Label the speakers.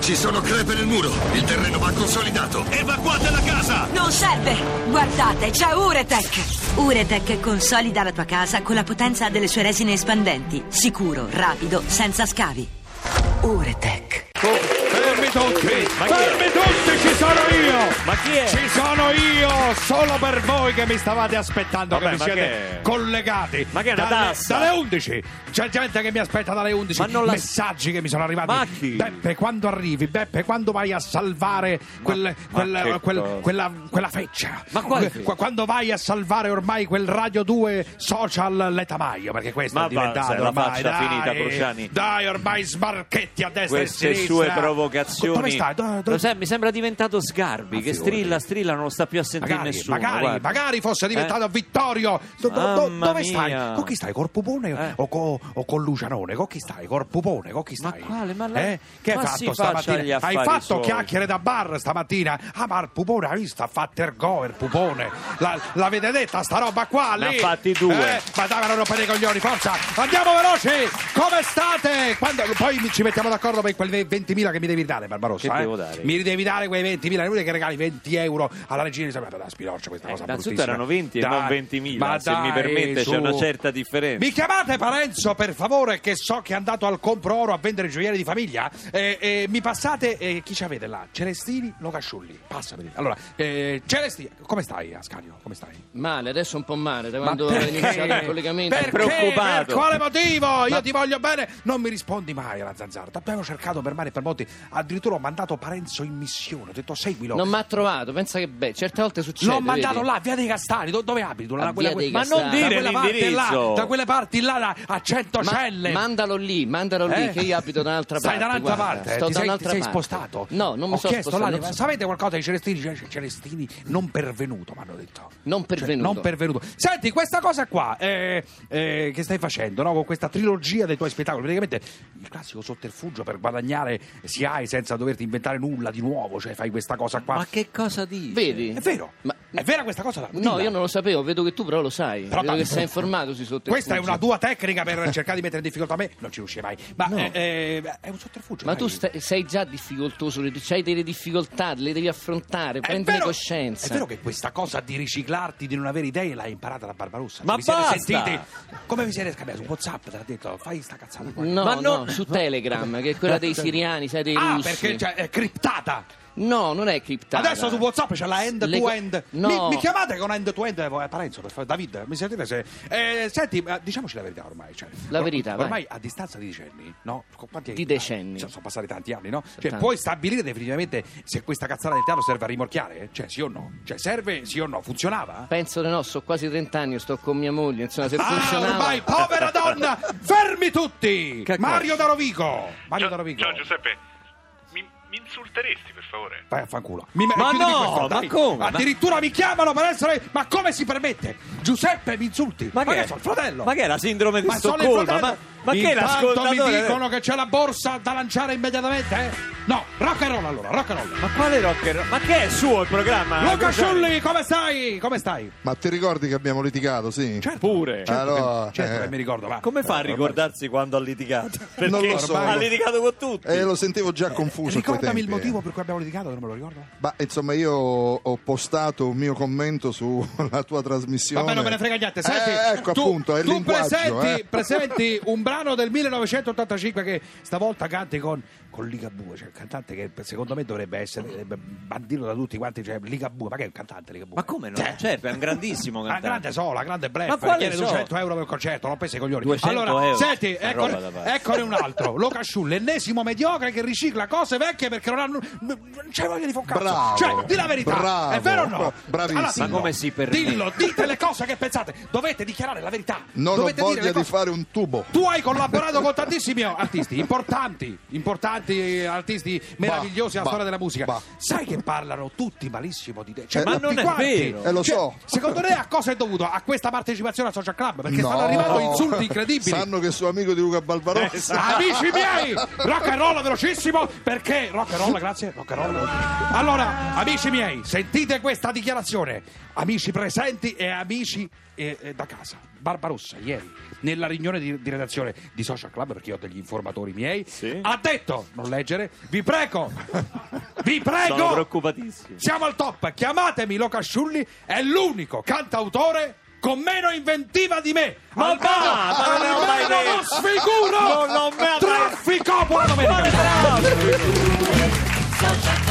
Speaker 1: Ci sono crepe nel muro. Il terreno va consolidato. Evacuate la casa!
Speaker 2: Non serve! Guardate, c'è Uretech! Uretech consolida la tua casa con la potenza delle sue resine espandenti. Sicuro, rapido, senza scavi. Uretech.
Speaker 3: Oh, fermi tutti!
Speaker 4: Ma chi è?
Speaker 3: Fermi tutti, ci sono io!
Speaker 4: Ma chi è?
Speaker 3: Ci sono io! Solo per voi che mi stavate aspettando,
Speaker 4: Vabbè,
Speaker 3: che mi
Speaker 4: ma
Speaker 3: siete
Speaker 4: che è?
Speaker 3: collegati.
Speaker 4: Ma che è una
Speaker 3: dalle,
Speaker 4: tassa?
Speaker 3: Dalle 11! C'è gente che mi aspetta dalle 11.
Speaker 4: Ma non la-
Speaker 3: Messaggi che mi sono arrivati.
Speaker 4: Ma chi?
Speaker 3: Beppe, quando arrivi? Beppe, quando vai a salvare quel-
Speaker 4: ma
Speaker 3: quel-
Speaker 4: che
Speaker 3: quel-
Speaker 4: cosa?
Speaker 3: quella, quella feccia?
Speaker 4: Ma quale
Speaker 3: Que-
Speaker 4: feccia?
Speaker 3: qua- Quando vai a salvare ormai quel Radio 2 social letamaio? Perché questo
Speaker 4: Ma
Speaker 3: è
Speaker 4: va,
Speaker 3: diventato
Speaker 4: se la
Speaker 3: ormai.
Speaker 4: faccia
Speaker 3: dai,
Speaker 4: finita, Cruciani.
Speaker 3: Dai, ormai sbarchetti a destra e a
Speaker 4: Queste
Speaker 3: sinistra.
Speaker 4: sue provocazioni.
Speaker 3: Dove stai? Dove- dove-
Speaker 4: Lo sai, mi sembra diventato Sgarbi,
Speaker 3: Ma
Speaker 4: che
Speaker 3: figurati.
Speaker 4: strilla, strilla, non lo sta più a sentire
Speaker 3: Magari,
Speaker 4: nessuno.
Speaker 3: magari,
Speaker 4: guarda. Eh?
Speaker 3: magari fosse diventato Vittorio. Do- do- do-
Speaker 4: Mamma
Speaker 3: dove stai?
Speaker 4: mia.
Speaker 3: Con chi stai? Col Pupone
Speaker 4: Eh.
Speaker 3: o, co- o con Lucianone? Con chi stai? Col Pupone? Con chi
Speaker 4: Ma
Speaker 3: stai?
Speaker 4: quale? Ma la-
Speaker 3: Eh? Che
Speaker 4: ma
Speaker 3: hai
Speaker 4: si
Speaker 3: fatto
Speaker 4: faccia gli
Speaker 3: stamattina? Hai
Speaker 4: affari
Speaker 3: fatto
Speaker 4: suoi.
Speaker 3: chiacchiere da bar stamattina? Ah, ma il Pupone ha visto? Ha fatto ergo il Pupone. La- l'avete detta sta roba qua lì?
Speaker 4: Ne ha fatti due.
Speaker 3: Eh, ma dai, ma non rompete i coglioni, forza! Andiamo veloci! Come state? Quando- poi mi- ci mettiamo d'accordo per quel 20.000 che mi devi dare, Barbarossa.
Speaker 4: Che
Speaker 3: eh?
Speaker 4: devo dare?
Speaker 3: Mi devi dare quei 20.000, è inutile che regali 20 euro alla regina di Sabato da Spinoccia questa cosa
Speaker 4: Eh, innanzitutto
Speaker 3: bruttissima.
Speaker 4: erano 20 e
Speaker 3: Dai,
Speaker 4: non 20.000,
Speaker 3: ma
Speaker 4: se
Speaker 3: dai,
Speaker 4: mi permette, c'è
Speaker 3: su.
Speaker 4: una certa differenza.
Speaker 3: Mi chiamate Parenzo per favore che so che è andato al compro oro a vendere gioielli di famiglia Eh, eh, mi passate, eh, chi ci avete là? Celestini Locasciulli, passami allora, eh, Celestini, come stai Ascanio? come stai?
Speaker 5: Male, adesso un po' male, da
Speaker 3: Ma
Speaker 5: quando è
Speaker 3: perché?
Speaker 5: iniziato il collegamento.
Speaker 3: Perché?
Speaker 4: Preoccupato.
Speaker 3: Per quale motivo? Io ti voglio bene. Non mi rispondi mai alla zanzara. T'abbiamo cercato per mare e per monti. Addirittura ho mandato Parenzo in missione. Ho detto seguilo.
Speaker 5: Non mi ha trovato, pensa che beh, certe volte succede.
Speaker 3: L'ho mandato
Speaker 5: vedi?
Speaker 3: là, via dei Castani. Do- dove abiti? tu?
Speaker 5: A
Speaker 3: Da
Speaker 5: Via dei
Speaker 3: ma non
Speaker 5: Castani.
Speaker 3: dire da
Speaker 4: Da quella
Speaker 3: parte là,
Speaker 4: l'indirizzo.
Speaker 3: da quelle parti là, là, a
Speaker 5: Ma-
Speaker 3: Centocelle.
Speaker 5: mandalo lì, mandalo lì,
Speaker 3: Eh?
Speaker 5: che io abito da un'altra
Speaker 3: Stai
Speaker 5: parte.
Speaker 3: da un'altra
Speaker 5: guarda.
Speaker 3: parte, eh?
Speaker 5: Sto
Speaker 3: ti
Speaker 5: da
Speaker 3: sei, ti
Speaker 5: un'altra
Speaker 3: sei
Speaker 5: parte.
Speaker 3: spostato.
Speaker 5: No, non mi
Speaker 3: Ho
Speaker 5: sono
Speaker 3: chiesto là,
Speaker 5: spostato. non so-
Speaker 3: sapete qualcosa di Celestini? Cioè, Celestini non pervenuto, mi hanno detto. Cioè,
Speaker 5: Non pervenuto.
Speaker 3: non pervenuto. Senti, questa cosa qua eh, eh, che stai facendo no? con questa trilogia dei tuoi spettacoli, praticamente il classico sotterfugio per guadagnare si hai senza doverti inventare nulla di nuovo, cioè fai questa cosa qua.
Speaker 4: Ma che cosa dici?
Speaker 5: Vedi?
Speaker 3: È vero?
Speaker 5: Ma-
Speaker 3: È vera questa cosa?
Speaker 5: No,
Speaker 3: Dilla.
Speaker 5: io non lo sapevo, vedo che tu però lo sai.
Speaker 3: Però
Speaker 5: vedo
Speaker 3: dai.
Speaker 5: che sei informato sui sotto.
Speaker 3: Questa è una tua tecnica per cercare di mettere in difficoltà me, non ci riuscirai mai. Ma eh, eh, è un sotterfugio.
Speaker 5: Ma
Speaker 3: dai.
Speaker 5: tu stai- sei già difficoltoso, hai delle difficoltà, le devi affrontare,
Speaker 3: È
Speaker 5: prendere
Speaker 3: vero-
Speaker 5: coscienza.
Speaker 3: È vero che questa cosa di riciclarti, di non avere idee, l'hai imparata da Barbarossa.
Speaker 4: Ma
Speaker 3: vi siete
Speaker 4: basta!
Speaker 3: sentiti? Come vi siete scambiati? Su WhatsApp te l'ha detto, fai sta cazzata qua.
Speaker 5: No,
Speaker 4: Ma
Speaker 5: no,
Speaker 4: non-
Speaker 5: su Telegram, che è quella dei siriani, sai, dei
Speaker 3: Ah,
Speaker 5: russi.
Speaker 3: perché cioè, è criptata.
Speaker 5: No, non è criptata.
Speaker 3: Adesso su WhatsApp c'è la end
Speaker 5: Le
Speaker 3: to
Speaker 5: co-
Speaker 3: end.
Speaker 5: No.
Speaker 3: Mi, mi chiamate con end to end, eh, voi, Parenzo, per favore. David, mi sentite se. eh, senti, ma diciamoci la verità ormai. cioè,
Speaker 5: La
Speaker 3: or-
Speaker 5: verità, vai.
Speaker 3: Ormai a distanza di decenni, no? Co- quanti-
Speaker 5: Di decenni.
Speaker 3: Cioè, sono passati tanti anni, no? Cioè,
Speaker 5: Tanti.
Speaker 3: puoi stabilire definitivamente se questa cazzata del teatro serve a rimorchiare? Cioè, sì o no? Cioè, serve sì o no? Funzionava?
Speaker 5: Penso di no, so quasi 30 anni, sto con mia moglie, insomma, se
Speaker 3: Ah,
Speaker 5: funzionava...
Speaker 3: ormai, povera donna! Fermi tutti!
Speaker 4: Che cosa?
Speaker 3: Mario da Rovigo! Mario da
Speaker 6: Ciao-
Speaker 3: Rovigo.
Speaker 6: Ciao Giuseppe, mi, mi insulteresti per favore?
Speaker 3: Vai a fanculo. Mi me-
Speaker 4: Ma
Speaker 3: chiudimi
Speaker 4: no,
Speaker 3: questo, dai.
Speaker 4: ma come?
Speaker 3: Addirittura mi chiamano per essere. Ma come si permette? Giuseppe mi insulti. Ma,
Speaker 4: che
Speaker 3: che
Speaker 4: è?
Speaker 3: sono il fratello?
Speaker 4: Ma che è la sindrome di
Speaker 3: Ma sono il
Speaker 4: Stoccolma?
Speaker 3: fratello.
Speaker 4: Ma, ma che è
Speaker 3: Intanto mi
Speaker 4: l'ascoltatore?
Speaker 3: dicono che c'è la borsa da lanciare immediatamente, eh? No, rock and roll allora, rock and roll.
Speaker 4: Ma quale rock and roll? Ma che è suo il programma?
Speaker 3: Luca
Speaker 4: Cruciani?
Speaker 3: Sciulli, come stai? Come stai?
Speaker 7: Ma ti ricordi che abbiamo litigato, sì?
Speaker 3: Certo.
Speaker 4: Pure.
Speaker 3: Certo,
Speaker 7: Allora,
Speaker 3: che, certo
Speaker 7: eh.
Speaker 3: che mi ricordo, ma.
Speaker 4: Come fa a
Speaker 3: Eh, ormai-
Speaker 4: ricordarsi quando ha litigato? Perché
Speaker 7: Non lo so.
Speaker 4: ha litigato con
Speaker 3: Eh.
Speaker 4: tutti.
Speaker 7: E eh, lo sentivo già confuso a quei
Speaker 3: Ricordami il
Speaker 7: tempi.
Speaker 3: motivo per cui abbiamo litigato, che non me lo ricordo.
Speaker 7: Ma insomma, io ho postato un mio commento sulla tua trasmissione.
Speaker 3: Vabbè, non me ne frega niente. Senti,
Speaker 7: Eh, ecco
Speaker 3: tu,
Speaker 7: appunto, è il
Speaker 3: tu
Speaker 7: linguaggio.
Speaker 3: presenti,
Speaker 7: eh.
Speaker 3: presenti un brano del 1985 che stavolta canti con, con Ligabue, cioè il cantante che secondo me dovrebbe essere eh, bandito da tutti quanti, cioè Ligabue, ma che è un cantante Ligabue?
Speaker 4: Ma come no?
Speaker 3: Cioè,
Speaker 4: Certo, è un grandissimo
Speaker 3: una
Speaker 4: cantante.
Speaker 3: Eh, grande sola, grande blef,
Speaker 4: Ma quale
Speaker 3: chiede
Speaker 4: so?
Speaker 3: 200 euro per il concerto, non pensi i coglioni.
Speaker 4: 200
Speaker 3: allora,
Speaker 4: euro.
Speaker 3: senti,
Speaker 4: Fa roba da
Speaker 3: eccone,
Speaker 4: pazzi.
Speaker 3: eccone un altro, Luca Sciulle, l'ennesimo mediocre che ricicla cose vecchie perché non hanno... non c'è voglia di fare un cazzo.
Speaker 7: Bravo.
Speaker 3: Cioè, di la verità,
Speaker 7: Bravo.
Speaker 3: è vero o no?
Speaker 7: Bravissimo.
Speaker 3: Allora, dillo,
Speaker 4: Ma come si permette?
Speaker 3: Dillo, dite le cose che pensate, dovete dichiarare la verità.
Speaker 7: Non ho
Speaker 3: dovete dire
Speaker 7: voglia
Speaker 3: le
Speaker 7: di
Speaker 3: cose.
Speaker 7: fare un tubo.
Speaker 3: Tu hai collaborato con tantissimi artisti importanti, importanti artisti meravigliosi alla
Speaker 7: bah,
Speaker 3: storia della musica.
Speaker 7: bah.
Speaker 3: Sai che parlano tutti malissimo di te. Cioè,
Speaker 7: Eh,
Speaker 3: ma
Speaker 7: ma
Speaker 3: tutti
Speaker 4: non è
Speaker 3: quanti.
Speaker 4: vero.
Speaker 7: Eh, lo
Speaker 3: Cioè,
Speaker 7: so.
Speaker 3: Secondo te a cosa è dovuto? A questa partecipazione al social club? Perché
Speaker 7: No.
Speaker 3: stanno arrivando insulti incredibili. Eh,
Speaker 7: Sanno che sono amico di Luca
Speaker 4: Eh,
Speaker 7: Balbarossa.
Speaker 4: esatto.
Speaker 3: Amici miei, rock and roll velocissimo perché rock and roll, grazie, rock and roll. Allora, amici miei, sentite questa dichiarazione, amici presenti e amici eh, eh, da casa. Barbarossa ieri nella riunione di, di redazione di Social Club perché io ho degli informatori miei
Speaker 4: Sì.
Speaker 3: ha detto non leggere, vi prego, vi prego,
Speaker 4: Sono preoccupatissimo.
Speaker 3: siamo al top, chiamatemi Locasciulli, è l'unico cantautore con meno inventiva di me.
Speaker 4: Ma
Speaker 3: Almeno-
Speaker 4: va, ma non l'ho mai
Speaker 3: almeno lo
Speaker 4: detto.
Speaker 3: sfiguro!
Speaker 4: Non l'ho mai detto.
Speaker 3: Traffico, buona domenica!
Speaker 4: Bravo!